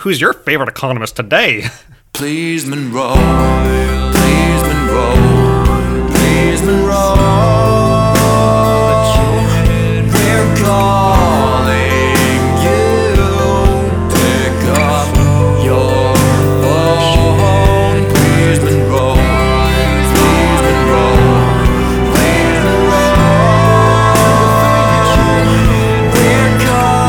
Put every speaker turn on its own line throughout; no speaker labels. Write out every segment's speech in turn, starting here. Who's your favorite economist today?
Please, Monroe. Please, Monroe. Please, Monroe. We're calling you. Pick up your phone. Please, Monroe. Please, Monroe. Please, Monroe. We're calling you. Pick up your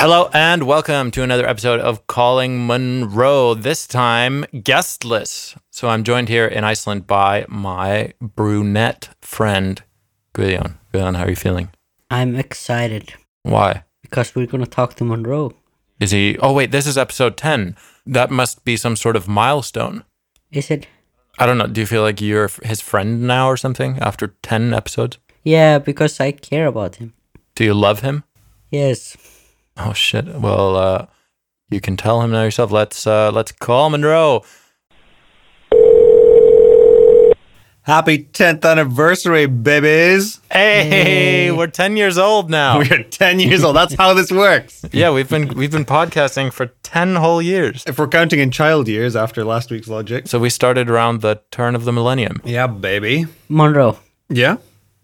Hello and welcome to another episode of Calling Monroe, this time guestless. So I'm joined here in Iceland by my brunette friend, Guðjón. Guðjón, how are you feeling?
I'm excited
Why?
because we're gonna talk to Monroe.
Is he? Oh, wait, this is episode 10. That must be some sort of milestone.
Is it?
I don't know. Do you feel like you're f- his friend now or something after 10 episodes?
Yeah, because I care about him.
Do you love him?
Yes.
Oh, shit. Well, uh, you can tell him now yourself. Let's uh, let's call Monroe.
Happy 10th anniversary, babies.
Hey, we're 10 years old now.
We are 10 years old. That's how this works.
yeah, we've been we've been podcasting for ten whole years.
If we're counting in child years after last week's logic.
So we started around the turn of the millennium.
Yeah, baby.
Monroe,
Yeah.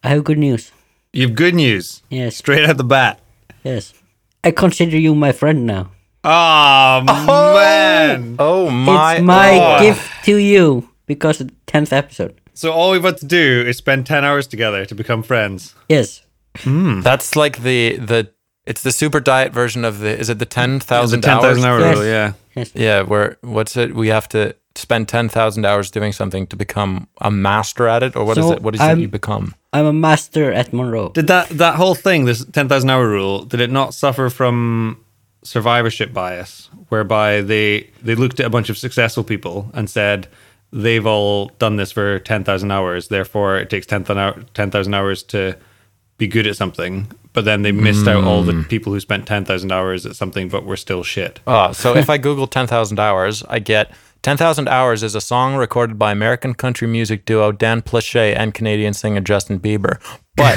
I have good news.
You've good news.
Yes.
Straight out the bat.
Yes. I consider you my friend now.
Oh, man.
Oh my!
it's my
God.
gift to you because of the tenth episode.
So all we've got to do is spend 10 hours together to become friends.
Yes.
That's like the the it's the super diet version of the is it the ten thousand hours?
Yes.
yeah.
Yeah, where what's it? We have to spend ten thousand hours doing something to become a master at it, or what is
So
it? What is
I'm-
it you become?
I'm a master at Monroe.
Did that that whole thing, this ten thousand hour rule, did it not suffer from survivorship bias, whereby they they looked at a bunch of successful people and said they've all done this for ten thousand hours, therefore it takes 10,000 hour- 10,000 hours to be good at something. But then they missed out all the people who spent ten thousand hours at something but were still shit.
Oh, so if I Google 10,000 hours, I get 10,000 hours is a song recorded by American country music duo Dan Plaché and Canadian singer Justin Bieber. But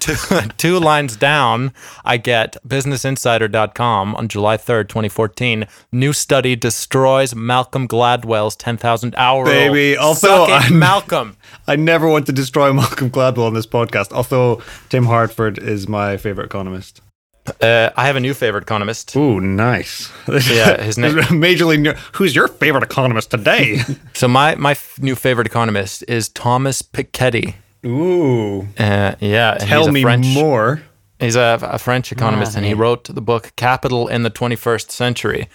two, two lines down, I get businessinsider.com on July 3rd, 2014. New study destroys Malcolm Gladwell's 10,000 hour. rule.
Baby, also,
Suck it,
I'm-
Malcolm.
I never want to destroy Malcolm Gladwell on this podcast, although Tim Hartford is my favorite economist.
Uh, I have a new favorite economist.
Ooh, nice.
Yeah, his name-
Majorly, ne- who's your favorite economist today?
So my, my f- new favorite economist is Thomas Piketty.
Ooh,
Uh, yeah, and he's
tell
a
me
French,
more.
He's a, a French economist, and he wrote the book "Capital in the 21st Century."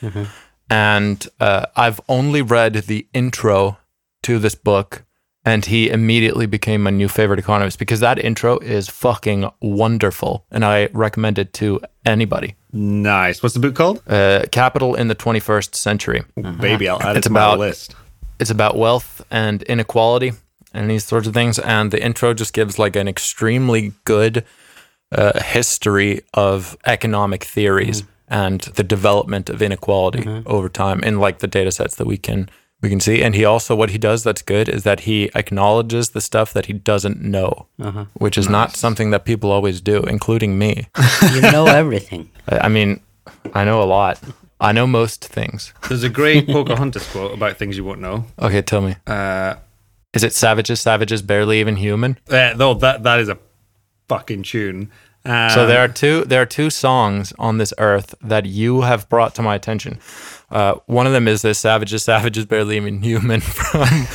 And uh, I've only read the intro to this book, and he immediately became my new favorite economist because that intro is fucking wonderful, and I recommend it to anybody.
Nice. What's the book called?
Uh, "Capital in the 21st Century."
Baby, I'll add it
Uh-huh. It's
to my
about-
list.
it's about wealth and inequality and these sorts of things. And the intro just gives like an extremely good uh, history of economic theories and the development of inequality over time in like the data sets that we can we can see. And he also what he does that's good is that he acknowledges the stuff that he doesn't know, which is not something that people always do, including me.
You know everything.
I I mean, I know a lot. I know most things.
There's a great Pocahontas quote about things you won't know.
Okay, tell me.
Uh,
Is it savages, savages barely even human?
eh, though that that is a fucking tune. Um,
So there are two there are two songs on this earth that you have brought to my attention. Uh, one of them is this "Savages, Savages, Barely Even Human" from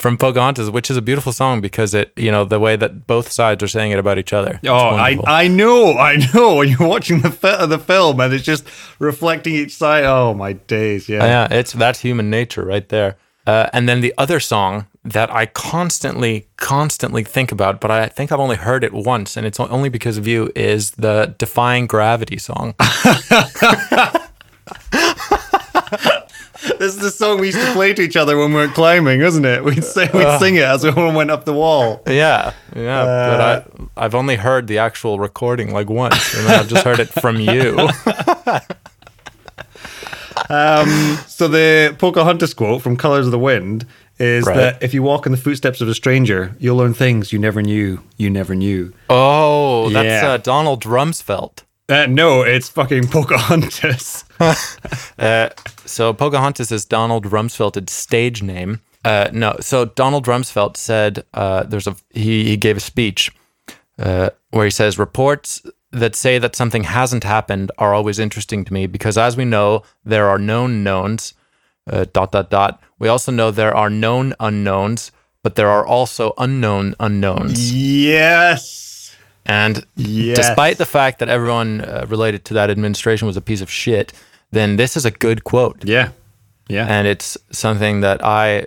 from Pocahontas, which is a beautiful song because it you know the way that both sides are saying it about each other. It's
Oh, I,
wonderful.
I know, I know. When you're watching the fi- the film and it's just reflecting each side. Oh my days, yeah.
yeah, it's that's human nature right there. Uh, and then the other song that I constantly, constantly think about, but I think I've only heard it once, and it's only because of you, is the "Defying Gravity" song.
This is the song we used to play to each other when we were climbing, isn't it? We'd say we'd
Uh.
sing it as we went up the wall.
Yeah, uh, yeah, but I, I've only heard the actual recording like once, and then I've just heard it from you.
Um, so the Pocahontas quote from Colors of the Wind is
Right.
that if you walk in the footsteps of a stranger, you'll learn things you never knew you never knew.
Oh, that's
Yeah.
uh, Donald Rumsfeld.
Uh, no, it's fucking Pocahontas.
So Pocahontas is Donald Rumsfeld's stage name. Uh, no, so Donald Rumsfeld said uh, there's a he, he gave a speech uh, where he says reports that say that something hasn't happened are always interesting to me because as we know there are known knowns uh, dot dot dot. We also know there are known unknowns, but there are also unknown unknowns.
yes.
And
Yes.
despite the fact that everyone uh, related to that administration was a piece of shit, then this is a good quote
Yeah. Yeah.
and it's something that I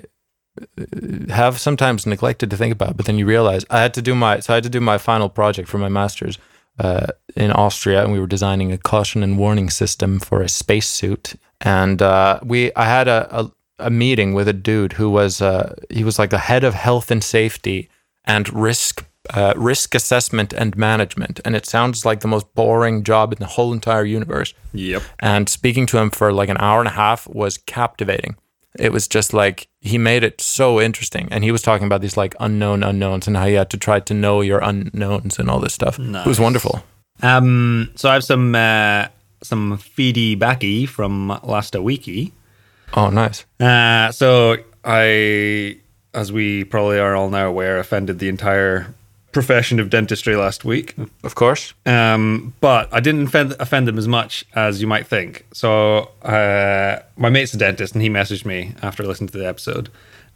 uh, have sometimes neglected to think about. But then you realize I had to do my so I had to do my final project for my master's uh, in Austria, and we were designing a caution and warning system for a spacesuit. And uh, we I had a, a a meeting with a dude who was uh, he was like the head of health and safety and risk. Uh, risk assessment and management, and it sounds like the most boring job in the whole entire universe
yep.
and speaking to him for like an hour and a half was captivating. It was just like he made it so interesting, and he was talking about these like unknown unknowns and how you had to try to know your unknowns and all this stuff. It was wonderful.
Um, so I have some uh, some feedbacky from last wiki.
Oh, nice.
Uh, so I, as we probably are all now aware, offended the entire profession of dentistry last week.
Of course.
Um, but I didn't offend, offend them as much as you might think. So uh, my mate's a dentist, and he messaged me after listening to the episode.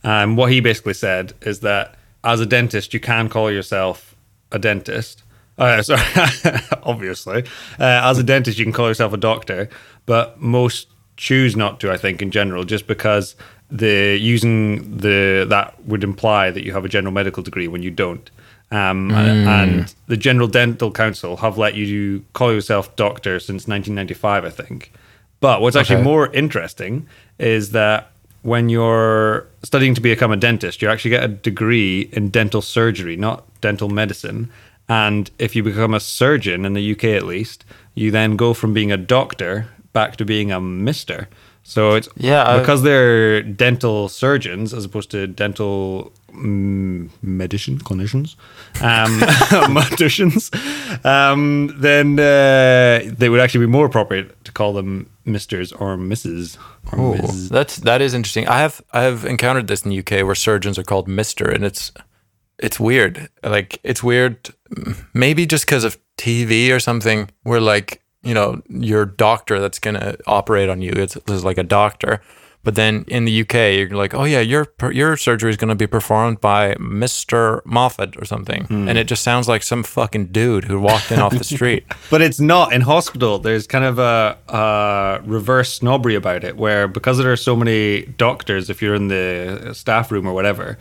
Um, what he basically said is that as a dentist, you can call yourself a dentist. Uh, sorry, obviously, uh, as a dentist, you can call yourself a doctor, but most choose not to. I think in general, just because the using the that would imply that you have a general medical degree when you don't. Um,
Hmm.
and, and the General Dental Council have let you call yourself doctor since 1995, I think. But what's actually more interesting is that when you're studying to become a dentist, you actually get a degree in dental surgery, not dental medicine. And if you become a surgeon in the UK, at least, you then go from being a doctor back to being a mister. So it's
Yeah, I-
because they're dental surgeons as opposed to dental mm, medicine clinicians, um, mathematicians, um, then uh, they would actually be more appropriate to call them misters or misses. Or
Oh.
Ms.
That's that is interesting. I have I have encountered this in the UK where surgeons are called Mister, and it's it's weird. Like it's weird, m- maybe just because of TV or something. Where like you know your doctor that's gonna operate on you it's, is like a doctor, but then in the UK you're like, oh yeah, your per- your surgery is gonna be performed by Mister Moffat or something, and it just sounds like some fucking dude who walked in off the street.
But it's not in hospital. There's kind of a, a reverse snobbery about it, where because there are so many doctors, if you're in the staff room or whatever,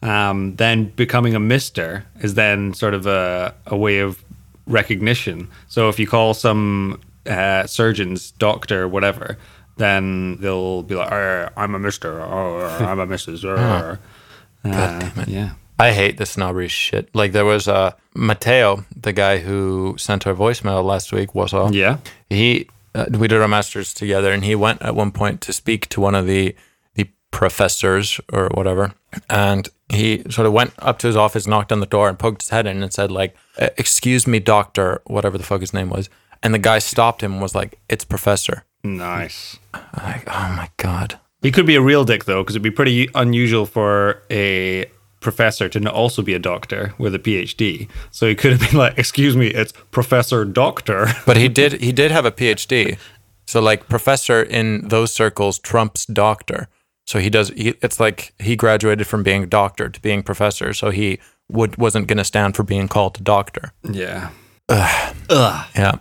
um, then becoming a mister is then sort of a, a way of recognition. So if you call some uh, surgeons doctor, whatever, then they'll be like, "Arr, "I'm a mister," or "I'm a missus." Or, uh, yeah.
I hate the snobbery shit. Like there was uh, Matteo, the guy who sent our voicemail last week, was all.
Yeah.
He uh, we did our masters together, and he went at one point to speak to one of the the professors or whatever, and he sort of went up to his office, knocked on the door, and poked his head in and said like, "Uh, "Excuse me, doctor," whatever the fuck his name was, and the guy stopped him and was like, "It's professor."
Nice.
I'm like, oh my god.
He could be a real dick though, because it'd be pretty unusual for a professor to not also be a doctor with a PhD. So he could have been like, "Excuse me, it's Professor Doctor."
But he did he did have a PhD. So like professor in those circles trumps doctor. So he does he, it's like he graduated from being doctor to being professor. So he would wasn't going to stand for being called a doctor.
Yeah.
Yeah.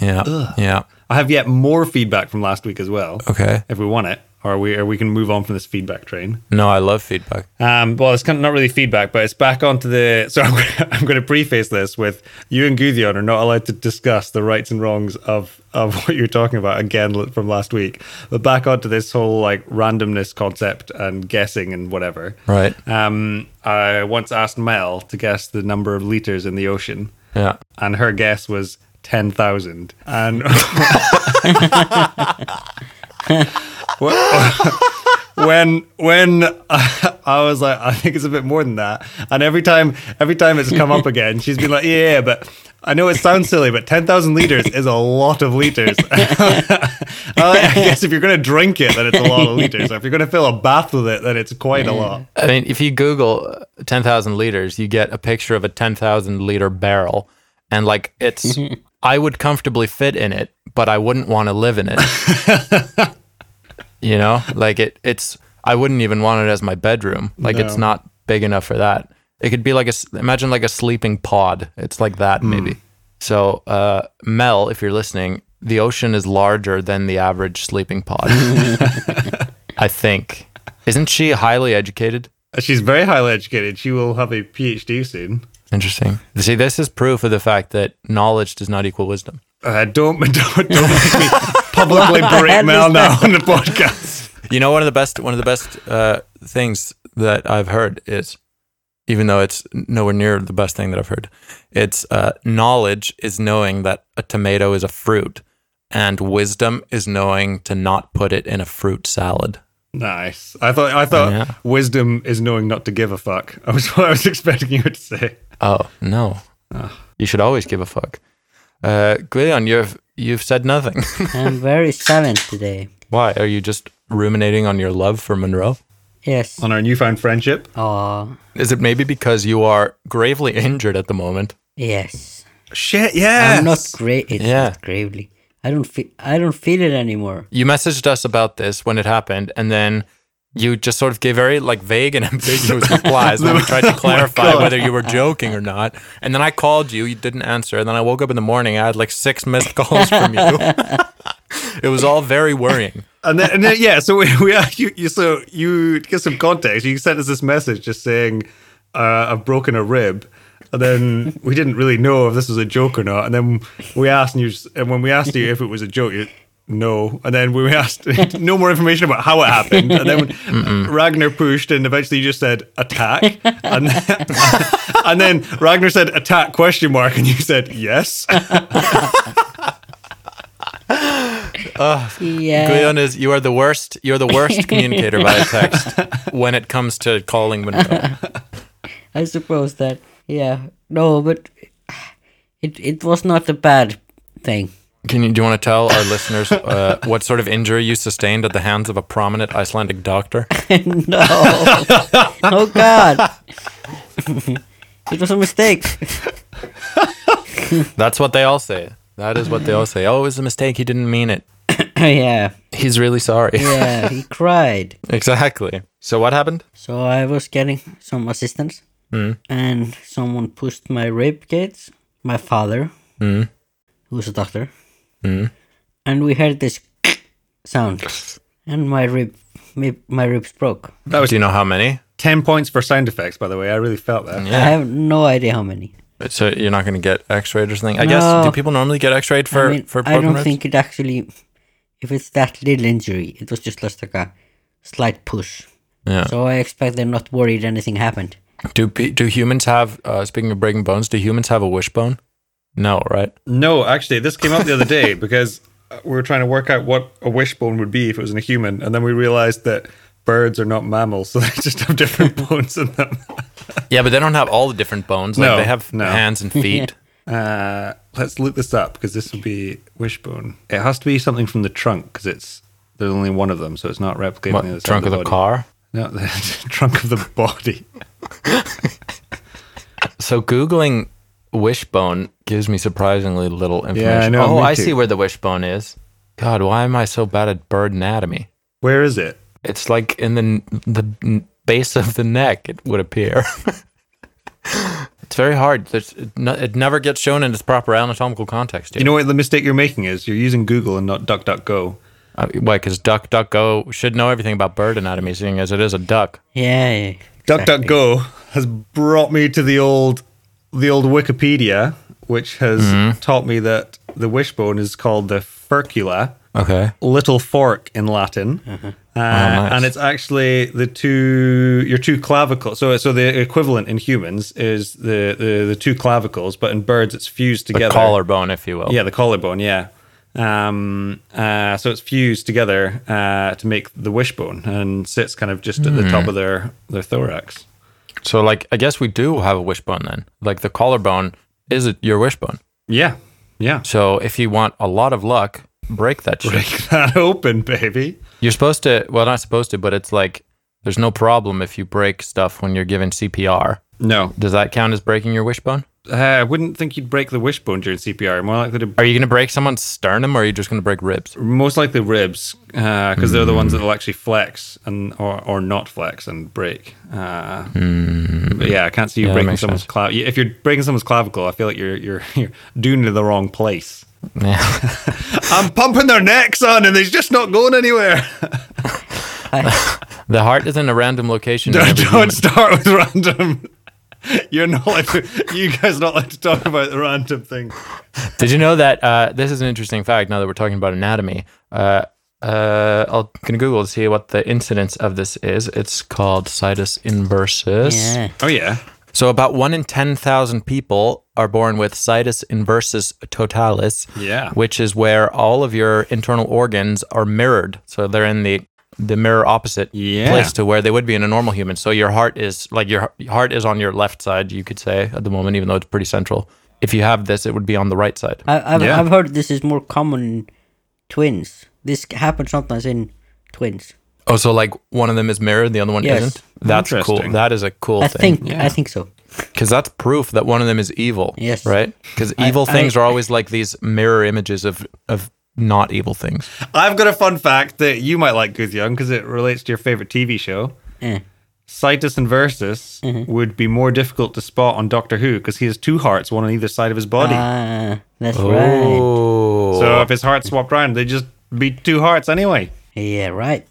Yeah. Yeah.
I have yet more feedback from last week as well.
Okay.
If we want it, or we or we can move on from this feedback train.
No, I love feedback.
Um, well, it's kind of not really feedback, but it's back onto the. So I'm going I'm to preface this with you and Guthion are not allowed to discuss the rights and wrongs of of what you're talking about again l- from last week. But back onto this whole like randomness concept and guessing and whatever.
Right.
Um, I once asked Mel to guess the number of liters in the ocean,
Yeah.
and her guess was ten thousand. And what, when when I was like, I think it's a bit more than that. And every time, every time it's come up again, she's been like, yeah, but I know it sounds silly, but ten thousand liters is a lot of liters. I'm like, I guess if you're gonna drink it, then it's a lot of liters. If you're gonna fill a bath with it, then it's quite a lot.
I mean, if you Google uh, 10,000 liters, you get a picture of a 10,000 liter barrel. And like, it's, I would comfortably fit in it, but I wouldn't want to live in it. you know, like it, it's, I wouldn't even want it as my bedroom. Like, it's
No.
not big enough for that. It could be like a, s- imagine like a sleeping pod. It's like that, maybe. So, uh, Mel, if you're listening, the ocean is larger than the average sleeping pod. I think. Isn't she highly educated?
She's very highly educated. She will have a PhD soon.
Interesting. See, this is proof of the fact that knowledge does not equal wisdom.
Uh, don't don't don't make me publicly berate Mel now on the podcast.
You know, one of the best one of the best uh, things that I've heard is, even though it's nowhere near the best thing that I've heard, it's uh, knowledge is knowing that a tomato is a fruit, and wisdom is knowing to not put it in a fruit salad.
Nice. I thought I thought
Yeah.
wisdom is knowing not to give a fuck. I was what I was expecting you to say.
Oh no, you should always give a fuck. Uh, Guillian, you've you've said nothing.
I'm very silent today.
Why are you just ruminating on your love for Monroe?
Yes.
On our newfound friendship.
Oh,
Is it maybe because you are gravely injured at the moment?
yes.
Shit, yes.
I'm not great. It's
Yeah.
not gravely. I don't feel. I don't feel it anymore.
You messaged us about this when it happened, and then you just sort of gave very like vague and ambiguous replies when we tried to clarify
God.
whether you were joking or not. And then I called you, you didn't answer, and then I woke up in the morning, I had like six missed calls from you. it was all very worrying.
and then, and then yeah, so we, we are, you, you so you to get some context. You sent us this message just saying uh, I've broken a rib. And then we didn't really know if this was a joke or not. And then we asked and you, and when we asked you if it was a joke, you no. And then we asked no more information about how it happened. And then Ragnar pushed, and eventually you just said attack. And then, and then Ragnar said attack question mark, and you said yes.
Yeah.
Guyon is you are the worst you're the worst communicator via text when it comes to calling Monroe.
I suppose that. Yeah. No, but it it was not a bad thing.
Can you do you want to tell our listeners uh, what sort of injury you sustained at the hands of a prominent Icelandic doctor?
no. oh God. it was a mistake.
That's what they all say. That is what they all say. Oh, it was a mistake. He didn't mean it.
yeah.
He's really sorry.
Yeah. He cried.
exactly. So what happened?
So I was getting some assistance, and someone pushed my rib cage. My father, who's a doctor, and we heard this sound, and my rib, my, my ribs broke.
That was
Do you know how many?
10 points for sound effects, by the way. I really felt that.
I have no idea how many.
So you're not going to get X-rayed or something. I
No.
guess do people normally get X-rayed for
I mean,
for
I
broken
don't
ribs?
think it actually, if it's that little injury, it was just just like a slight push.
Yeah.
So I expect they're not worried anything happened.
do pe- do humans have? Uh, speaking of breaking bones, do humans have a wishbone? No, right?
No, actually, this came up the other day because uh, we were trying to work out what a wishbone would be if it was in a human, and then we realized that birds are not mammals, so they just have different bones in them.
Yeah, but they don't have all the different bones. Like
No,
they have
no.
hands and feet.
Uh, let's look this up because this would be wishbone. It has to be something from the trunk because it's there's only one of them, so it's not replicating the other
What,
side
trunk of the
body.
car.
No, the trunk of the body.
So googling wishbone gives me surprisingly little information.
know,
oh,
me
I
too.
see where the wishbone is. God, why am I so bad at bird anatomy?
Where is it?
It's like in the the n- base of the neck. It would appear. it's very hard. There's, it, no, it never gets shown in its proper anatomical context.
You know what the mistake you're making is? You're using Google and not DuckDuckGo.
uh, why? Because duck, duck, go should know everything about bird anatomy, seeing as it is a duck.
Yeah. yeah, exactly.
DuckDuckGo has brought me to the old the old Wikipedia, which has
Mm-hmm.
taught me that the wishbone is called the furcula,
Okay.
little fork in Latin, uh,
Oh, nice.
and it's actually the two your two clavicles. So so the equivalent in humans is the the, the two clavicles, but in birds it's fused
The
together.
collarbone, if you will.
Yeah, the collarbone. Yeah. Um, uh, so it's fused together uh, to make the wishbone and sits kind of just at the
Mm.
top of their, their thorax.
So, like, I guess we do have a wishbone then. Like, the collarbone is it your wishbone.
Yeah. Yeah.
So, if you want a lot of luck, break that shit.
Break that open, baby.
You're supposed to, well, not supposed to, but it's like there's no problem if you break stuff when you're given CPR.
No,
Does that count as breaking your wishbone?
uh, I wouldn't think you'd break the wishbone during CPR. More likely to
Are you going to break someone's sternum or are you just going to break ribs?
most likely ribs because they're the ones that will actually flex and or, or not flex and break. Uh, But yeah, I can't see you
Hmm. Yeah, that
breaking
makes
someone's
sense.
clav. If you're breaking someone's clavicle, I feel like you're you're you're doing it in the wrong place.
Yeah.
I'm pumping their necks on, and they're just not going anywhere.
the heart is in a random location. in
don't
every
don't
human.
start with random. You're not like you guys not like to talk about the random thing.
Did you know that uh, this is an interesting fact? Now that we're talking about anatomy, uh, uh, I'll can Google to see what the incidence of this is. It's called situs inversus.
Yeah.
Oh yeah,
So about one in ten thousand people are born with situs inversus totalis.
Yeah.
which is where all of your internal organs are mirrored. So they're in the the mirror opposite
Yeah.
place to where they would be in a normal human. So your heart is like your h- heart is on your left side, you could say at the moment, even though it's pretty central. If you have this, it would be on the right side.
I, I've,
Yeah.
I've heard this is more common in twins. This happens sometimes in twins.
Oh, so like one of them is mirrored, the other one
Yes.
isn't. That's cool.
Interesting.
That is a cool
I
thing.
think I think so.
because that's proof that one of them is evil.
Yes.
right. Because evil things are always like these mirror images of of not evil things.
I've got a fun fact that you might like, Goose Young, because it relates to your favorite TV show.
Eh.
Citus inversus
Mm-hmm.
would be more difficult to spot on Doctor Who because he has two hearts, one on either side of his body.
Ah, that's right.
Oh,
so if his heart swapped around, they just be two hearts anyway.
Yeah, right.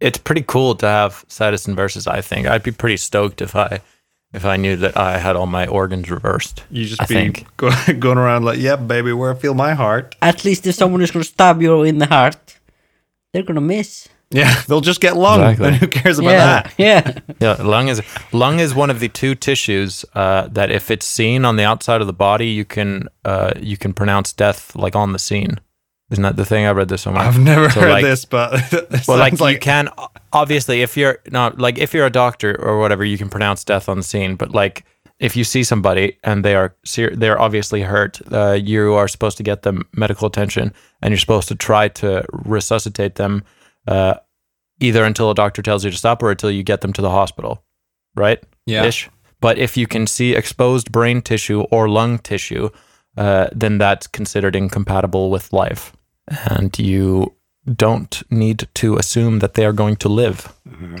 it's pretty cool to have Sadison versus. I think I'd be pretty stoked if I if I knew that I had all my organs reversed.
You just
I
be
think.
go, going around like, "Yep, baby, where I feel my heart."
At least if someone is gonna stab you in the heart, they're gonna miss.
Yeah, they'll just get lung,
Exactly.
and who cares about
yeah,
that?
yeah.
Yeah, lung is lung is one of the two tissues uh, that if it's seen on the outside of the body, you can uh, you can pronounce death like on the scene. Isn't that the thing I read this somewhere?
I've never
So,
heard
like-
this, but it
Well, like,
sounds like
you can o- obviously if you're not like if you're a doctor or whatever, you can pronounce death on the scene. But like if you see somebody and they are ser- they're obviously hurt, uh, you are supposed to get them medical attention and you're supposed to try to resuscitate them, uh, either until a doctor tells you to stop or until you get them to the hospital, right?
Yeah.
Ish. But if you can see exposed brain tissue or lung tissue, uh, then that's considered incompatible with life. And you don't need to assume that they are going to live.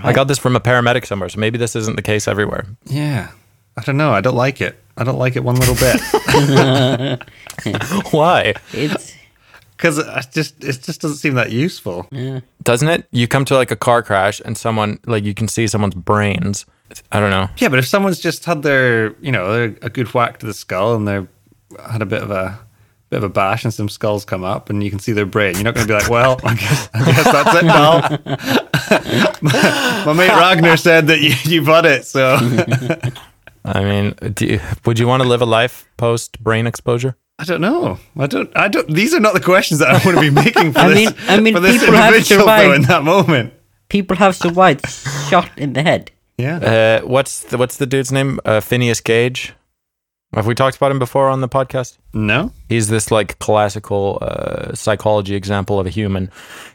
I got this from a paramedic somewhere, so maybe this isn't the case everywhere.
yeah. I don't know. I don't like it. I don't like it one little bit
Why?
It's
because it just it just doesn't seem that useful.
Doesn't it? You come to like a car crash and someone, like, you can see someone's brains. I don't know.
Yeah, but if someone's just had their, you know, their, a good whack to the skull and they've had a bit of a bit of a bash and some skulls come up and you can see their brain, you're not going to be like, well, I guess, I guess that's it, pal. my, mate Ragnar said that you, you've had it, so
I mean, do you, would you want to live a life post brain exposure?
I don't know. I don't. I don't. These are not the questions that I want to be making for
I
this.
mean- I mean,
for this
people have
individual though
survived.
in that moment.
people have survived shot in the head.
Yeah.
Uh, what's the, what's the dude's name? Uh, Phineas Gage. Have we talked about him before on the podcast?
no.
He's this like classical uh, psychology example of a human.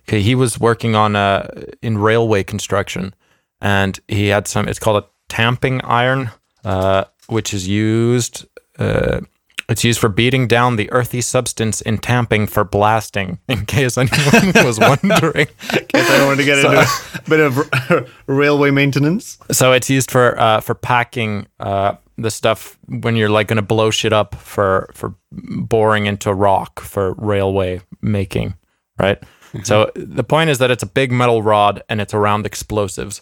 'Kay, He was working on uh, in railway construction, and he had some. It's called a tamping iron, uh, which is used. Uh, it's used for beating down the earthy substance in tamping for blasting. In case anyone was wondering.
Guess I don't want to get into a bit of railway maintenance.
So it's used for uh, for packing uh, the stuff when you're like going to blow shit up for for boring into rock for railway making, right? so the point is that it's a big metal rod and it's around explosives,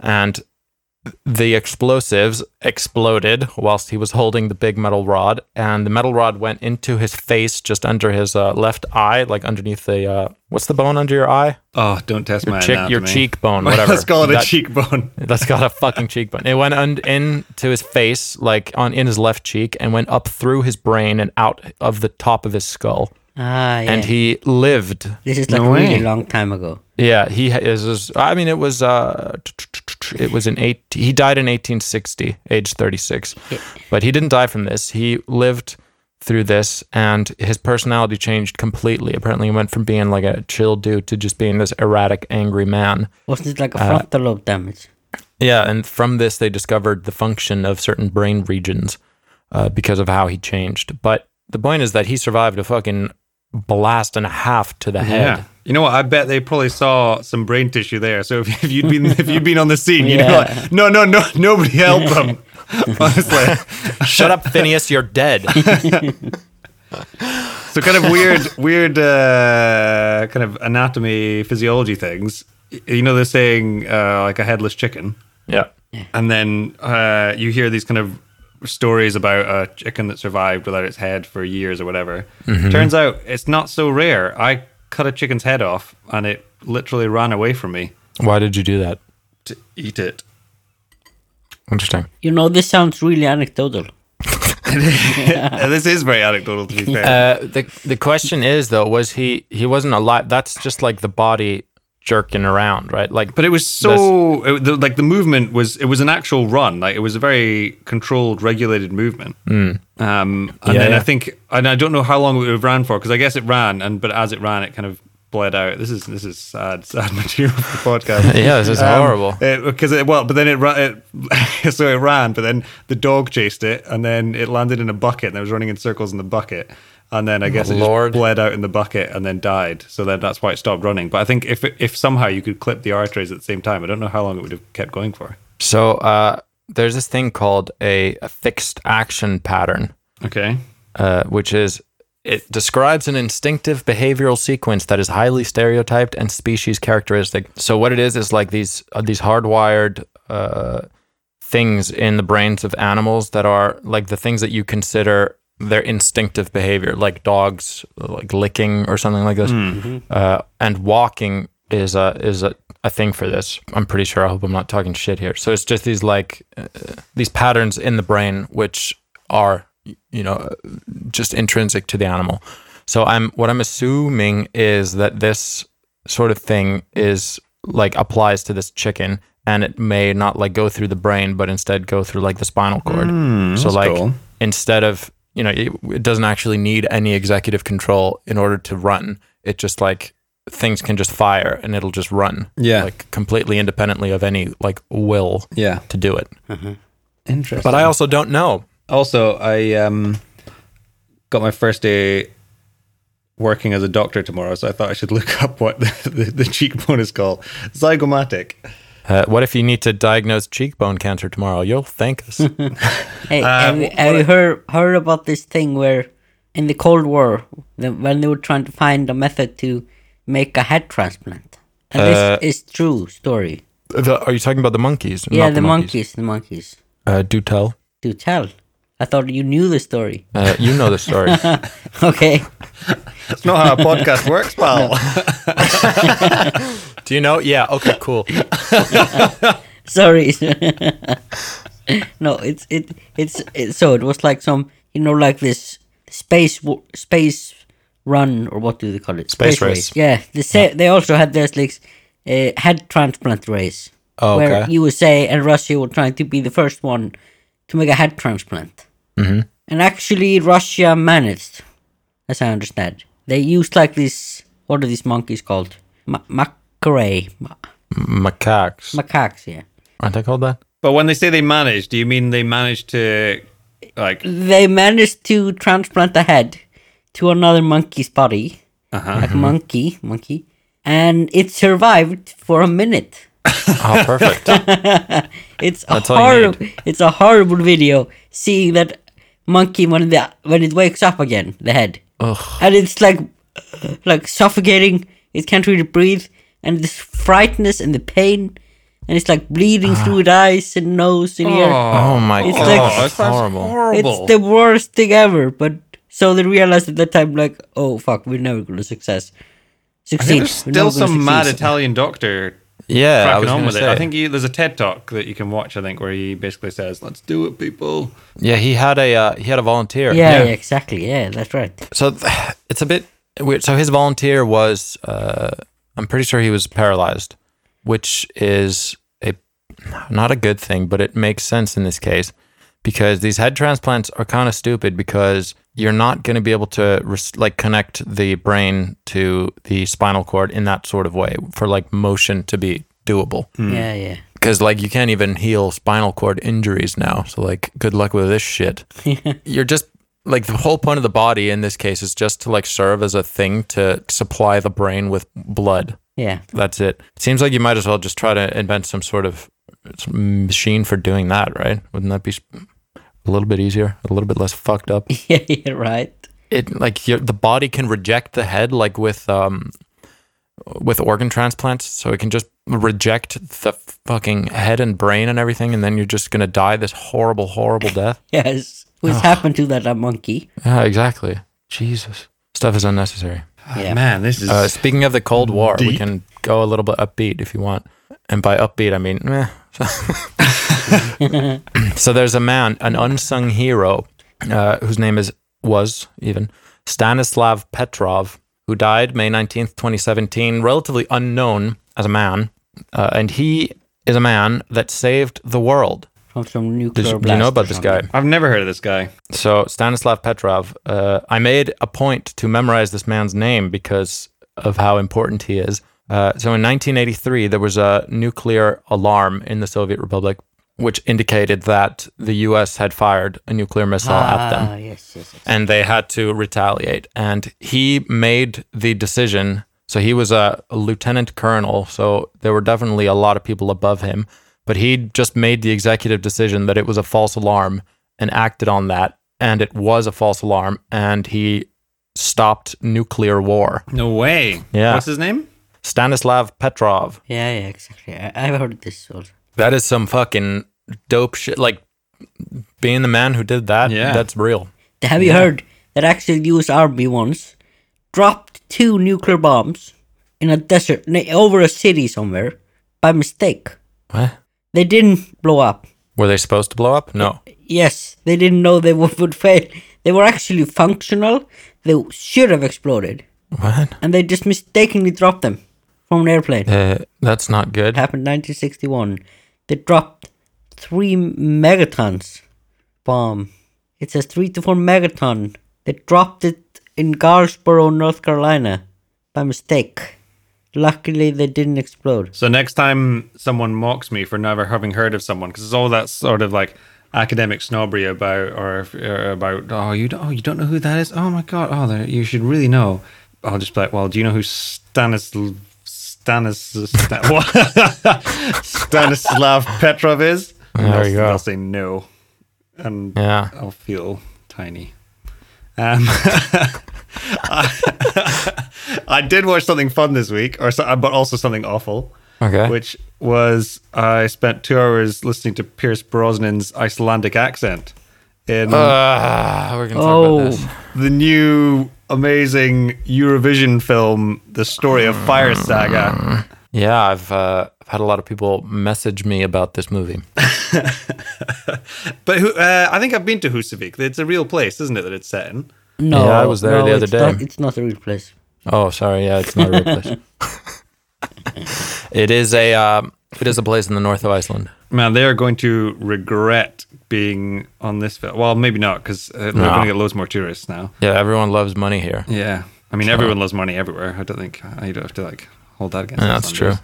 and the explosives exploded whilst he was holding the big metal rod, and the metal rod went into his face just under his uh, left eye, like underneath the uh, what's the bone under your eye?
Oh, don't test my
Cheek, your
anatomy.
cheekbone, whatever.
Let's call it a
That-
cheekbone.
that's got a fucking cheekbone. It went un- into his face, like on in his left cheek, and went up through his brain and out of the top of his skull.
Ah, yeah.
and he lived.
this is like
No
really
way.
long time ago.
Yeah, he ha- is. is- I mean, it was. Uh, it was in eight. He died in 1860, age 36. But he didn't die from this. He lived through this, and his personality changed completely. Apparently, he went from being like a chill dude to just being this erratic, angry man.
Wasn't it like a frontal lobe damage?
Yeah, and from this they discovered the function of certain brain regions uh, because of how he changed. But the point is that he survived a fucking blast and a half to the head.
Yeah. You know what? I bet they probably saw some brain tissue there. So if, if you'd been if you'd been on the scene, you'd
Yeah.
be like, no, no, no, nobody help them. Honestly,
Shut up, Phineas, you're dead.
so kind of weird, weird uh, kind of anatomy, physiology things. Y- You know, they're saying uh, like a headless chicken,
yeah.
and then uh, you hear these kind of stories about a chicken that survived without its head for years or whatever. Turns out it's not so rare. I cut a chicken's head off, and it literally ran away from me
Why did you do that?
to eat it.
Interesting.
You know, this sounds really anecdotal.
Uh, this is very anecdotal, to be fair.
Uh, the the question is though, was he he wasn't alive? That's just like the body jerking around, right? Like,
But it was so it, the, like the movement was it was an actual run like it was a very controlled regulated movement. Um, and
Hmm. Yeah,
then
yeah.
I think and I don't know how long it would have ran for because I guess it ran and but as it ran it kind of bled out. This is this is sad sad material for the podcast. Um,
yeah, this is horrible.
Because Uh, it, well, but then it, ran, it so it ran, but then the dog chased it, and then it landed in a bucket, and it was running in circles in the bucket, and then I guess it
Lord.
just bled out in the bucket and then died. So then that's why it stopped running. But I think if it- if somehow you could clip the arteries at the same time, I don't know how long it would have kept going for.
So uh, there's this thing called a, a fixed action pattern.
Okay,
uh, which is it describes an instinctive behavioral sequence that is highly stereotyped and species characteristic. So what it is is like these uh, these hardwired uh, things in the brains of animals that are like the things that you consider their instinctive behavior, like dogs, like licking or something like this, uh, and walking is a is a, a thing for this. I'm pretty sure. I hope I'm not talking shit here. So it's just these like uh, these patterns in the brain which are you know just intrinsic to the animal. So I'm what I'm assuming is that this sort of thing is like applies to this chicken and it may not like go through the brain but instead go through like the spinal cord. so like
Hmm, cool.
instead of you know it, it doesn't actually need any executive control in order to run. It just like things can just fire and it'll just run.
Yeah.
Like completely independently of any like will
Yeah.
to do it.
interesting.
But I also don't know.
Also, I um, got my first day working as a doctor tomorrow, so I thought I should look up what the, the, the cheekbone is called. Zygomatic.
Uh, what if you need to diagnose cheekbone cancer tomorrow? You'll thank us.
Hey, have, you, have you heard, heard about this thing where in the Cold War, the, when they were trying to find a method to make a head transplant? And
Uh,
this is true story.
The- are you talking about the monkeys?
Yeah,
Not
the, monkeys. the monkeys.
Uh, do tell.
Do tell. I thought you knew the story.
Uh, you know the story.
Okay.
That's not how a podcast works, pal.
do you know? Yeah. Okay. Cool.
Sorry. no, it's it it's it, so it was like some you know like this space w- space run or what do they call it?
Space race.
Yeah, they say, they also had this like uh, head transplant race
Oh,
where
okay.
USA and Russia were trying to be the first one to make a head transplant. Mm-hmm. And actually, Russia managed, as I understand. They used like this. What are these monkeys called? Ma- macaray, ma-
Macaques.
macaques. Yeah.
Aren't they called that?
But when they say they managed, do you mean they managed to, like,
they managed to transplant the head to another monkey's body,
Uh-huh.
like
Mm-hmm.
monkey, monkey, and it survived for a minute.
Oh, perfect.
It's a
That's all you
horrible. It's a horrible video seeing that monkey when the when it wakes up again, the head, and it's like like suffocating. It can't really breathe, and this frightness and the pain, and it's like bleeding through its eyes and nose and ear.
Ah. oh my
It's
god.
like-
oh,
that's horrible.
horrible.
It's the worst thing ever. But so they realized at that time, like, oh fuck, we're never gonna success.
I
Succeed.
think there's
We're never
still
gonna
some mad
succeed.
Italian doctor
yeah. I was
cracking on
gonna
with
say.
it. I think he, there's a TED talk that you can watch. I think where he basically says, "Let's do it, people."
Yeah. He had a uh, he had a volunteer.
yeah, yeah, exactly. Yeah, that's right.
So th- it's a bit we- so his volunteer was uh, i'm pretty sure he was paralyzed which is a not a good thing but it makes sense in this case because these head transplants are kind of stupid because you're not going to be able to res- like connect the brain to the spinal cord in that sort of way for like motion to be doable
Yeah, yeah.
because like you can't even heal spinal cord injuries now so like good luck with this shit you're just like the whole point of the body in this case is just to like serve as a thing to supply the brain with blood
Yeah.
that's it seems like you might as well just try to invent some sort of machine for doing that right wouldn't that be s- a little bit easier a little bit less fucked up
Yeah, yeah, right.
it like your, the body can reject the head like with um with organ transplants so it can just reject the fucking head and brain and everything and then you're just gonna die this horrible horrible death
Yes. Which happened to that uh, monkey.
yeah exactly jesus stuff is unnecessary
Yeah.
Man, this is
uh, speaking of the cold war we
Deep.
can go a little bit upbeat if you want and by upbeat i mean meh. so there's a man an unsung hero uh, whose name is was even Stanislav Petrov, who died May 19th, 2017, relatively unknown as a man. Uh, and he is a man that saved the world.
From some
Did
nuclear
you,
blast.
do you know
or
about this guy?
something.
I've never heard of this guy.
So, Stanislav Petrov, uh, I made a point to memorize this man's name because of how important he is. Uh, so, in 1983, there was a nuclear alarm in the Soviet Republic, which indicated that the US had fired a nuclear missile at them
Ah, yes, yes, yes.
and they had to retaliate. And he made the decision. So he was a, a lieutenant colonel. So there were definitely a lot of people above him, but he just made the executive decision that it was a false alarm and acted on that. And it was a false alarm. And he stopped nuclear war.
No way.
Yeah.
What's his name?
Stanislav Petrov.
Yeah, yeah, exactly. I, I've heard this also.
That is some fucking dope shit. Like being the man who did that,
Yeah.
that's real.
Have you heard that actual US Army once dropped two nuclear bombs in a desert, na- over a city somewhere, by mistake?
What?
They didn't blow up.
Were they supposed to blow up? No.
Yes, they didn't know they would, would fail. They were actually functional. They should have exploded.
What?
And they just mistakenly dropped them from an airplane.
Uh, that's not good.
It happened 1961. They dropped three megatons bomb. It says three to four megaton. They dropped it in Goldsboro, North Carolina, by mistake. Luckily, they didn't explode.
So next time someone mocks me for never having heard of someone, because it's all that sort of like academic snobbery about or, if- or about oh you don't oh, you don't know who that is oh my god oh there, you should really know. I'll just be like, well, do you know who Stanislav Stanis, Stan- what? Stanislav Petrov is? And
There
I'll-
you go.
I'll say no, and
Yeah.
I'll feel tiny. Um, I did watch something fun this week, or so, but also something awful.
Okay.
Which was I spent two hours listening to Pierce Brosnan's Icelandic accent in
Uh, we're gonna talk about this.
Oh,
the new amazing Eurovision film, The Story of Fire Saga.
Yeah, I've uh, I've had a lot of people message me about this movie.
But who, uh, I think I've been to Husavik. It's a real place, isn't it? That it's set in.
no.
Yeah, I was there
no,
the other
it's
day.
Not, it's not a real place.
Oh, sorry, yeah, it's not a real place. it is a um, it is a place in the north of Iceland.
Man, they are going to regret being on this film. Well, maybe not, because uh, they're
No.
going to get loads more tourists now.
Yeah, everyone loves money here.
Yeah, I mean, everyone loves money everywhere. I don't think uh, you don't have to like hold that against.
Yeah,
us
that's
on this.
true.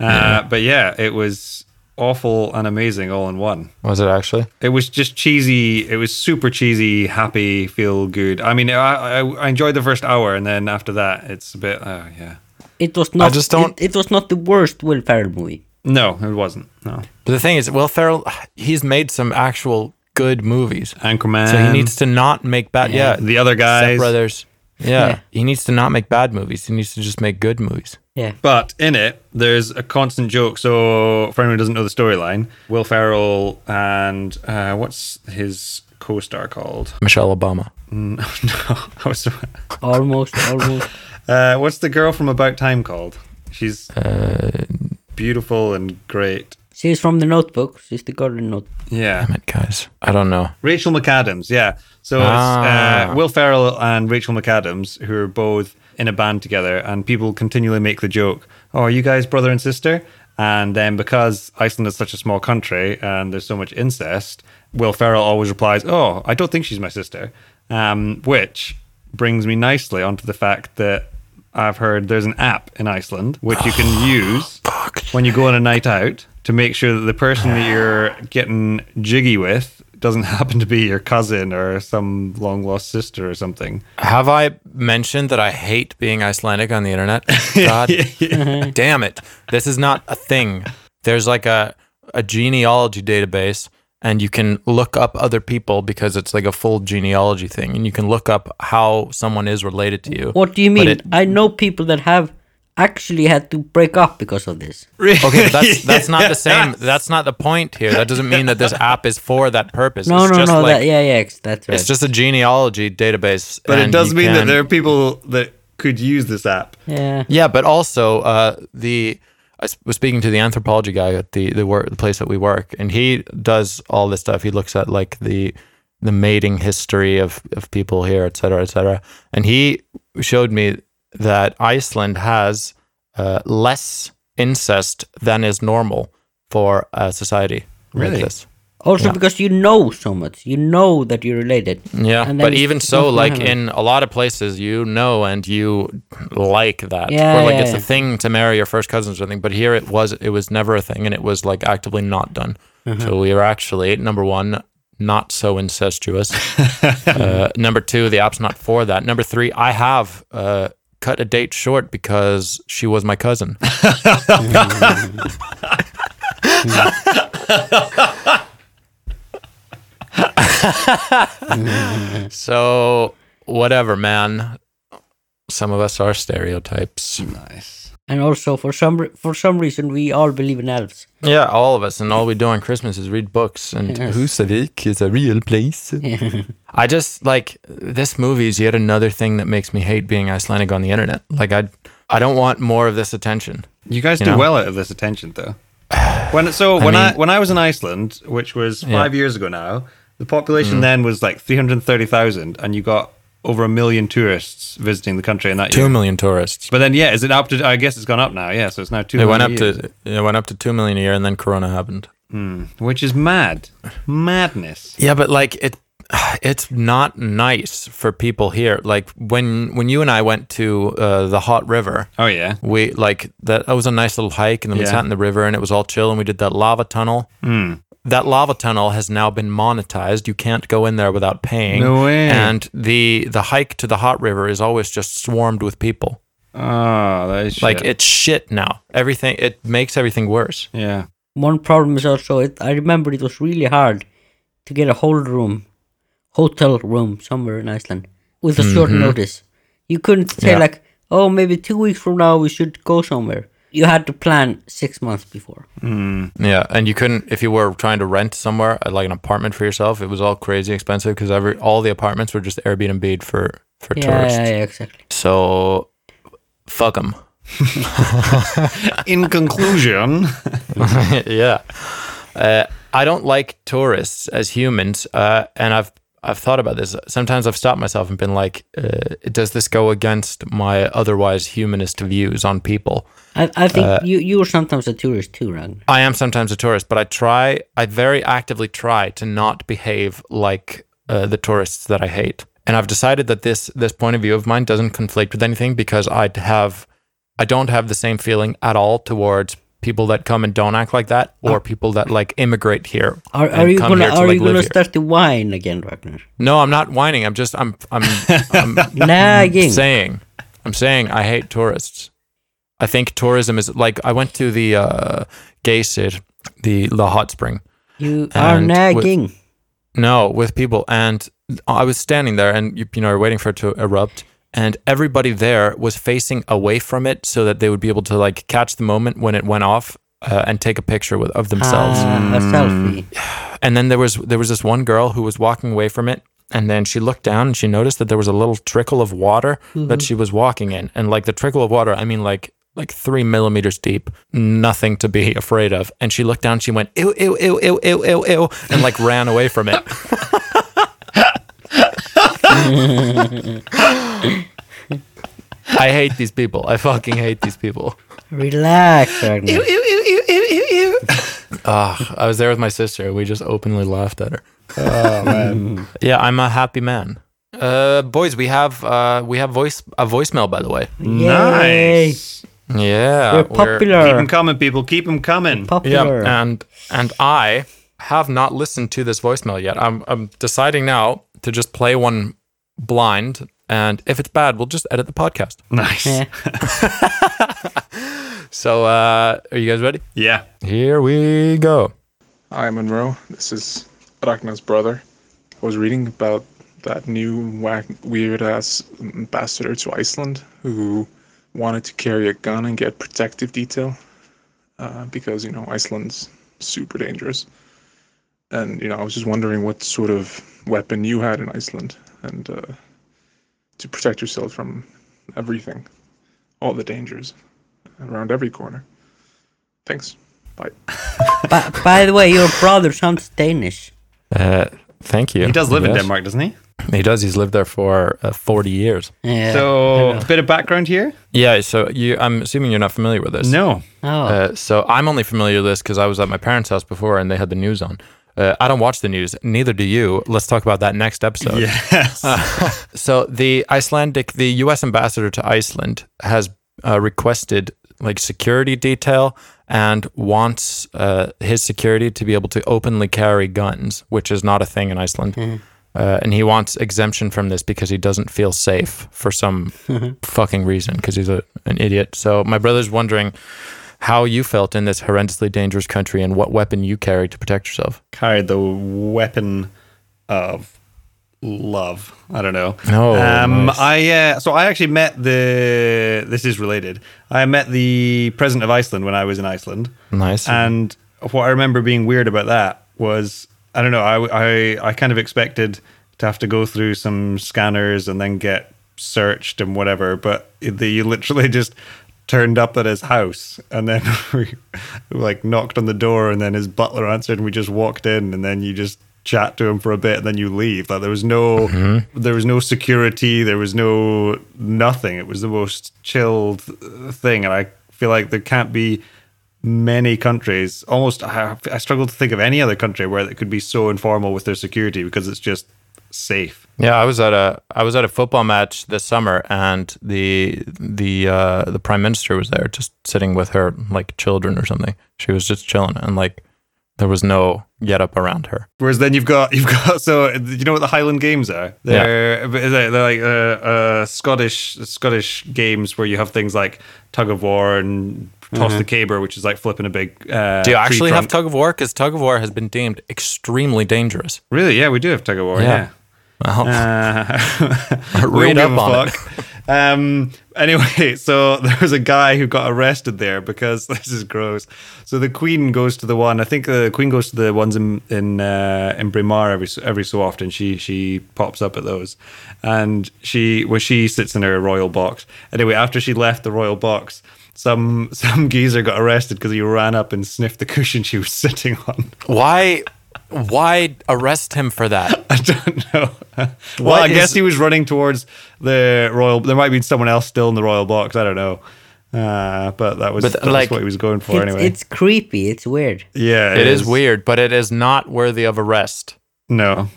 Uh, But yeah, it was awful and amazing all in one.
Was it actually?
It was just cheesy. It was super cheesy, happy, feel good. I mean, I, I, I enjoyed the first hour, and then after that, it's a bit. Oh yeah,
It was not.
just don't-
It, it was not the worst Will Ferrell movie.
no, it wasn't. No,
But the thing is, Will Ferrell, he's made some actual good movies,
Anchorman. uh,
so he needs to not make bad. Yeah,
the other guys.
Step Brothers.
Yeah.
yeah, he needs to not make bad movies. He needs to just make good movies.
Yeah.
But in it, there's a constant joke. So, for anyone who doesn't know the storyline, Will Ferrell and uh, what's his co-star called?
Michelle Obama.
No, I was
Almost, almost.
Uh, what's the girl from About Time called? She's
Uh,
beautiful and great.
She's from the Notebook. She's the girl in Notebook.
Yeah.
Damn it, guys. I don't know.
Rachel McAdams. Yeah. So
Ah.
it's uh, Will Ferrell and Rachel McAdams, who are both in a band together, and people continually make the joke, "Oh, are you guys brother and sister?" And then because Iceland is such a small country and there's so much incest, Will Ferrell always replies, "Oh, I don't think she's my sister," um, which brings me nicely onto the fact that I've heard there's an app in Iceland which you can use when you go on a night out to make sure that the person that you're getting jiggy with doesn't happen to be your cousin or some long lost sister or something.
Have I mentioned that I hate being Icelandic on the internet? God damn it. This is not a thing. There's like a, a genealogy database, and you can look up other people because it's like a full genealogy thing, and you can look up how someone is related to you.
What do you mean?
it-
I know people that have actually had to break up because of this.
Okay, but that's that's not the same. That's not the point here. That doesn't mean that this app is for that purpose.
No,
it's
no,
just
no.
like
that, yeah, yeah, ex- that's right.
it's just a genealogy database.
But it
and
does
you
mean that
can-
there are people that could use this app.
yeah.
Yeah, but also uh, the I s- was speaking to the anthropology guy at the the, work, the place that we work, and he does all this stuff. He looks at like the the mating history of of people here, et cetera, et cetera. And he showed me that Iceland has uh, less incest than is normal for a society. like
Really?
this.
Also because you know so much. You know that you're related.
Yeah,
And then
but
it's-
even
it's
so,
not
like
gonna happen.
in a lot of places, you know, and you like that,
Yeah,
or like
yeah,
it's
yeah.
a thing to marry your first cousins or something. But here, it was it was never a thing, and it was like actively not done.
Uh-huh.
So we are actually number one, not so incestuous. uh, number two, the app's not for that. Number three, I have uh, cut a date short because she was my cousin. so whatever, man. Some of us are stereotypes.
Nice.
And also for some re- for some reason we all believe in elves.
Yeah, all of us, and all we do on Christmas is read books. And
Yes.
Husavik is a real place. I just like this movie is yet another thing that makes me hate being Icelandic on the internet. Like I, I don't want more of this attention.
You guys
You
do
know?
well out of this attention, though. When so when I when I was in Iceland, which was five years ago now, the population
Mm.
then was like three hundred thirty thousand, and you got over a million tourists visiting the country in that
Two
year.
million tourists.
But then, yeah, is it up to? I guess it's gone up now. Yeah, so it's now two.
It went up
million
to it went up to two million a year, and then Corona happened.
years, which is mad, madness.
Yeah, but like it, it's not nice for people here. Like when when you and I went to uh, the Hot River,
Oh yeah,
we like that that was a nice little hike and then we
Yeah.
sat in the river and it was all chill and we did that lava tunnel
Hmm.
that lava tunnel has now been monetized you can't go in there without paying
No way.
and the the hike to the hot river is always just swarmed with people
oh that is
like
shit.
it's shit now everything it makes everything worse
Yeah,
One problem is also it I remember it was really hard to get a whole room, hotel room somewhere in Iceland with a short notice. You couldn't
Mm-hmm.
say
Yeah.
like, oh maybe two weeks from now we should go somewhere. You had to plan six months before.
yeah and you couldn't if you were trying to rent somewhere uh, like an apartment for yourself it was all crazy expensive because every all the apartments were just airbnb for for
Yeah,
tourists
yeah, yeah, exactly.
so fuck them
in conclusion,
yeah. Uh, I don't like tourists as humans, uh, and I've I've thought about this. Sometimes I've stopped myself and been like, uh, "Does this go against my otherwise humanist views on people?"
I, I think
Uh,
you you were sometimes a tourist too, Ragnar.
I am sometimes a tourist, but I try. I very actively try to not behave like uh, the tourists that I hate. And I've decided that this this point of view of mine doesn't conflict with anything because I have, I don't have the same feeling at all towards people that come and don't act like that, or people that like immigrate here.
Uh. Are,
and
are you
come
gonna
here to,
are
like,
you
live
gonna
here.
start to whine again, Ragnar?
No, I'm not whining. I'm just I'm I'm, I'm
Nagging.
saying i'm saying i hate tourists i think tourism is like i went to the uh gay cid the la hot spring
You are
And with-
nagging.
no with people and i was standing there and you, you know waiting for it to erupt and everybody there was facing away from it so that they would be able to like catch the moment when it went off uh, and take a picture with, of themselves
Ah, a selfie.
and then there was there was this one girl who was walking away from it and then she looked down and she noticed that there was a little trickle of water that she was walking in and like the trickle of water i mean like like three millimeters deep, nothing to be afraid of. And she looked down, she went, ew, ew, ew, ew, ew, ew, ew, and like ran away from it. I hate these people. I fucking hate these people.
Relax, Ragnar.
Ugh, Ah, I was there with my sister. and We just openly laughed at her.
Oh,
Yeah, I'm a happy man. Uh, boys, we have uh, we have voice a voicemail by the way.
Yay.
Nice.
Yeah,
We're
Keep them
popular.
coming, people. Keep them coming.
Popular.
uh,
Yeah, and and I have not listened to this voicemail yet. I'm I'm deciding now to just play one blind, and if it's bad, we'll just edit the podcast.
Nice.
Yeah.
So, uh, are you guys ready?
Yeah.
Here we go.
Hi, Monroe. This is Ragna's brother. I was reading about that new whack, weird ass ambassador to Iceland who wanted to carry a gun and get protective detail uh, because, you know, Iceland's super dangerous. And, you know, I was just wondering what sort of weapon you had in Iceland and uh, to protect yourself from everything, all the dangers around every corner. Thanks. Bye.
By, by the way, your brother sounds Danish.
Uh, thank you.
He does live in
Yes.
Denmark, doesn't he?
He does. He's lived there for uh, 40 years.
Yeah.
So, a bit of background here?
Yeah. So you, I'm assuming you're not familiar with this.
No.
oh,
Uh, so I'm only familiar with this because I was at my parents' house before and they had the news on. Uh, I don't watch the news. Neither do you. Let's talk about that next episode.
Yes.
So the Icelandic, the U.S. ambassador to Iceland has uh, requested like security detail and wants uh, his security to be able to openly carry guns, which is not a thing in Iceland. Uh, and he wants exemption from this because he doesn't feel safe for some fucking reason because he's a, an idiot. So my brother's wondering how you felt in this horrendously dangerous country and what weapon you carried to protect yourself.
Carried the weapon of love. I don't know.
Oh,
um,
nice.
I uh, so I actually met the. This is related. I met the president of Iceland when I was in Iceland.
Nice.
And what I remember being weird about that was I don't know. I I, I kind of expected to have to go through some scanners and then get searched and whatever, but the, you literally just turned up at his house and then we like knocked on the door and then his butler answered and we just walked in and then you just chat to him for a bit and then you leave like there was no there was no security there was no nothing it was the most chilled uh, thing and i feel like there can't be many countries almost i, I struggle to think of any other country where it could be so informal with their security because it's just safe
Yeah, I was at a I was at a football match this summer, and the the uh, the prime minister was there, just sitting with her like children or something. She was just chilling, and like there was no get up around her.
Whereas then you've got you've got so you know what the Highland Games are? They're they're they're like uh, uh, Scottish Scottish games where you have things like tug of war and toss the caber, which is like flipping a big. Uh,
Mm-hmm. Do you
tree
actually have
trunk.
tug of war? Because tug of war has been deemed extremely dangerous.
Really? Yeah, we do have tug of war.
Yeah.
Yeah. Uh, we
Read
don't
up
give a
on it.
fuck. Um, anyway, so there was a guy who got arrested there because this is gross. So the Queen goes to the one. I think the Queen goes to the ones in in uh, in Bremar every so- every so often. She she pops up at those, and she well she sits in her royal box. Anyway, after she left the royal box. Some some geezer got arrested because he ran up and sniffed the cushion she was sitting on.
Why why arrest him for that?
I don't know. well,
What
I
is-
guess he was running towards the royal. There might be someone else still in the royal box. I don't know. Uh, but that was,
But,
that
like,
was what he was going for
it's,
anyway.
it's creepy. It's weird.
yeah,
It is weird, but it is not worthy of arrest.
No,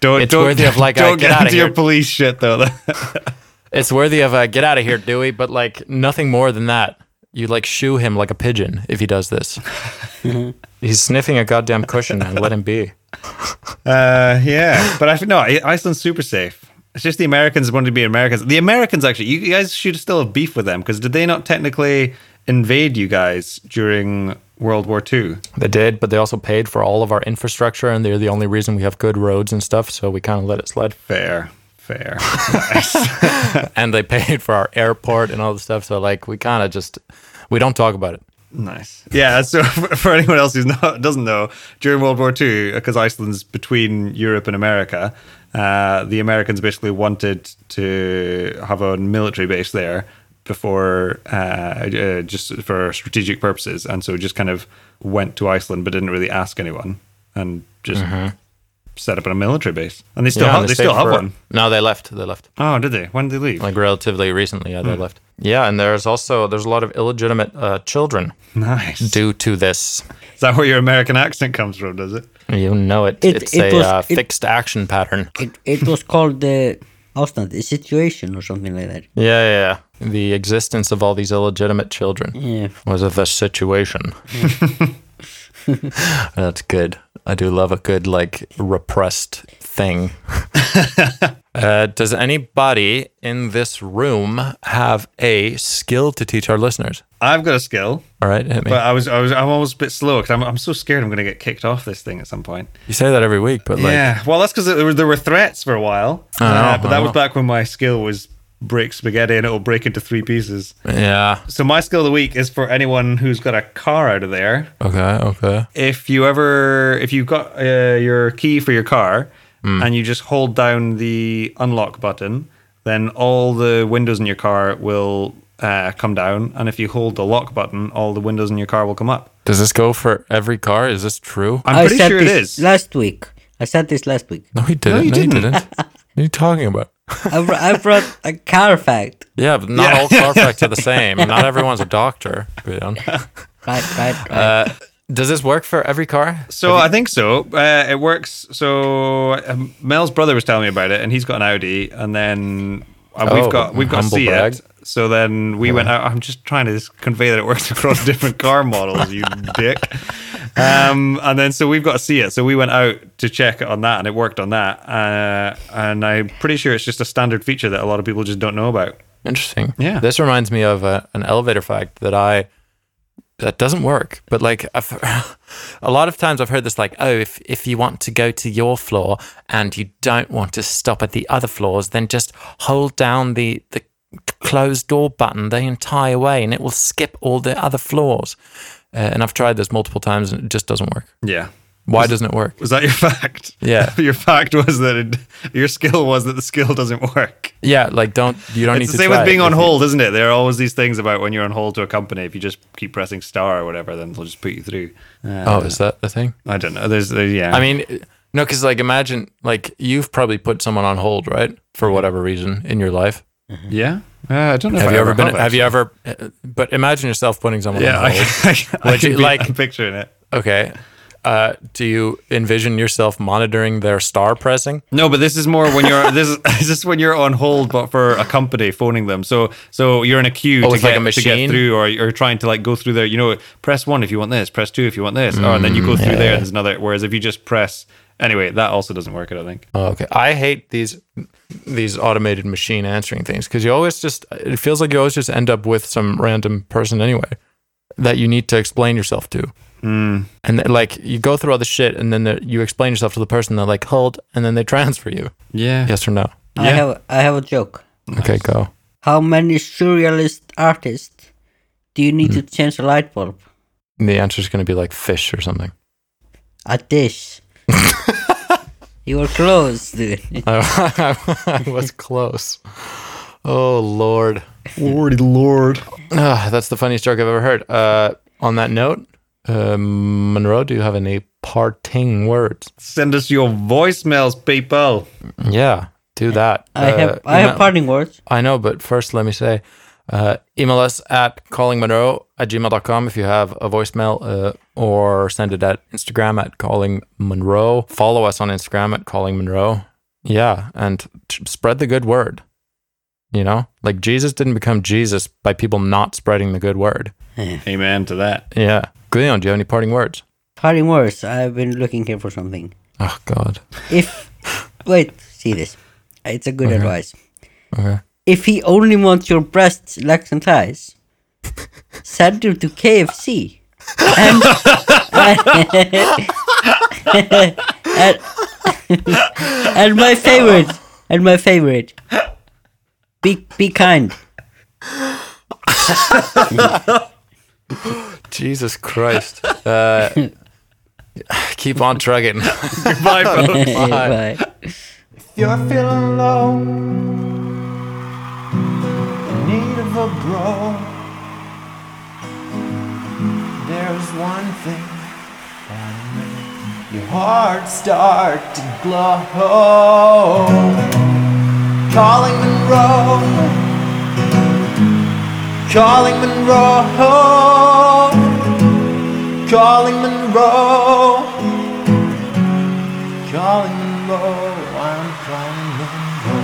don't
It's
don't,
worthy of, like, a
don't
get
get
outta
into your
here.
police shit though.
It's worthy of a get out of here, Dewey, but like nothing more than that. You like shoo him like a pigeon if he does this. He's sniffing a goddamn cushion and let him be.
Uh, yeah, but I f- no, I- Iceland's super safe. It's just the Americans wanted to be Americans. The Americans actually, you guys should still have beef with them because did they not technically invade you guys during World War II?
They did, but they also paid for all of our infrastructure and they're the only reason we have good roads and stuff, so we kind of let it slide.
Fair, fair.
And they paid for our airport and all the stuff, so like we kind of just we don't talk about it.
Nice. Yeah. So for for anyone else who's not doesn't know, during World War II, because Iceland's between Europe and America, uh, the Americans basically wanted to have a military base there before uh, uh, just for strategic purposes, and so just kind of went to Iceland, but didn't really ask anyone, and just set up a military base, and they still
Mm-hmm. Yeah,
have,
and
they
stayed
still have
for-
one.
No, they left. They left.
Oh, did they? When did they leave?
Like relatively recently, yeah, they
Hmm.
left. Yeah, and there's also there's a lot of illegitimate uh, children
nice.
due to this.
Is that where your American accent comes from? Does it?
You know it.
It-
it's
it
a
was-
uh,
it-
fixed action pattern.
It it was called the ástand, the situation or something like that.
Yeah, yeah, yeah. The existence of all these illegitimate children
Yeah.
was of a situation. That's good. I do love a good like repressed thing. uh, does anybody in this room have a skill to teach our listeners?
I've got a skill,
All right, hit me.
but I was I was I'm always a bit slow because I'm I'm so scared I'm going to get kicked off this thing at some point.
you say that every week, but like,
yeah, well, that's because there were, there were threats for a while,
Oh,
I know,
Uh, but
I
that
know.
was back when my skill was break spaghetti and it'll break into three pieces.
yeah.
So my skill of the week is for anyone who's got a car out of there.
Okay, okay.
if you ever if you've got uh, your key for your car
Mm.
and you just hold down the unlock button then all the windows in your car will uh, come down and if you hold the lock button all the windows in your car will come up
Does this go for every car? Is this true?
i'm
I
pretty
said
sure it
this
is
last week. I said this last week.
no, he didn't. No,
you
he
didn't.
didn't. what are you talking about?
I, br- I brought a car fact.
Yeah, but not all car facts are the same. Not everyone's a doctor. Bjorn.
Right, right, right.
Uh,
Does this work for every car?
so i think so uh, it works so um, mel's brother was telling me about it and he's got an audi and then uh,
Oh,
we've got we've got
humble brag.
Seat. So then we went out. I'm just trying to just convey that it works across different car models, you dick. Um, and then so we've got to see it. So we went out to check it on that, and it worked on that. Uh, and I'm pretty sure it's just a standard feature that a lot of people just don't know about.
Interesting.
Yeah.
This reminds me of a, an elevator fact that I that doesn't work. But like I've, a lot of times I've heard this like, oh, if if you want to go to your floor and you don't want to stop at the other floors, then just hold down the the closed door button the entire way and it will skip all the other floors. Uh, and I've tried this multiple times and it just doesn't work.
Yeah.
Why doesn't it work?
Was that your fact?
Yeah.
your fact was that it, your skill was that the skill doesn't work.
Yeah, like don't you don't
It's
need
the
to
same
try
with
it.
being on
If you-
hold, isn't it? There are always these things about when you're on hold to a company. If you just keep pressing star or whatever, then they'll just put you through. Uh,
Oh, is that the thing?
I don't know. There's, there, yeah.
I mean, no, because like imagine like you've probably put someone on hold, right, for whatever reason in your life.
yeah. Uh, I don't know. if
Have
I
you ever been?
actually.
Have you ever? uh, But imagine yourself putting someone
Yeah,
on
I,
hold.
I, I,
Would you
can be-
like-
I'm picturing it.
okay. Uh, do you envision yourself monitoring their star pressing?
No, but this is more when you're this is this is when you're on hold, but for a company phoning them. So so you're in a queue to,
it's
get,
Oh, like a
to get
machine?
through, or you're trying to like go through there. You know, press one if you want this, press two if you want this, oh, and then you
Mm,
go through there. and There's another. Whereas if you just press anyway, that also doesn't work. I don't think.
Oh, okay. I hate these these automated machine answering things because you always just it feels like you always just end up with some random person anyway that you need to explain yourself to. And th- like you go through all the shit and then the- you explain yourself to the person. They're like, hold, and then they transfer you.
Yeah.
Yes or no?
I
yeah.
have I have a joke.
Okay, go.
How many surrealist artists do you need to change a light bulb?
And the answer is going to be like fish or something.
A dish. you were close, dude.
Uh,
I, I was close. Oh Lord,
Lordy Lord.
Ah, that's the funniest joke I've ever heard. Uh, on that note, uh, Monroe, do you have any parting words?
Send us your voicemails, people.
Yeah, do that.
I
Uh,
have I have
email-
parting words.
I know, but first let me say, uh, email us at callingmonroe at gmail.com if you have a voicemail uh, or send it at Instagram at callingmonroe. Follow us on Instagram at callingmonroe. Yeah, and t- spread the good word. You know, like Jesus didn't become Jesus by people not spreading the good word.
Eh.
Amen to that.
Yeah. Guillaume, do you have any parting words?
Parting words. I've been looking here for something.
Oh, God.
If wait, see this. It's a good advice.
Okay.
If he only wants your breasts, legs, and thighs, send him to KFC. And, and, and my favorite, and my favorite, be be kind.
Jesus Christ. Uh, keep on trucking.
Bye, folks.
Bye.
You're feeling low, in need of a bro. There's one thing that
Your heart start to glow. Calling Monroe. Calling Monroe. Calling Monroe. Calling Monroe. I'm calling Monroe.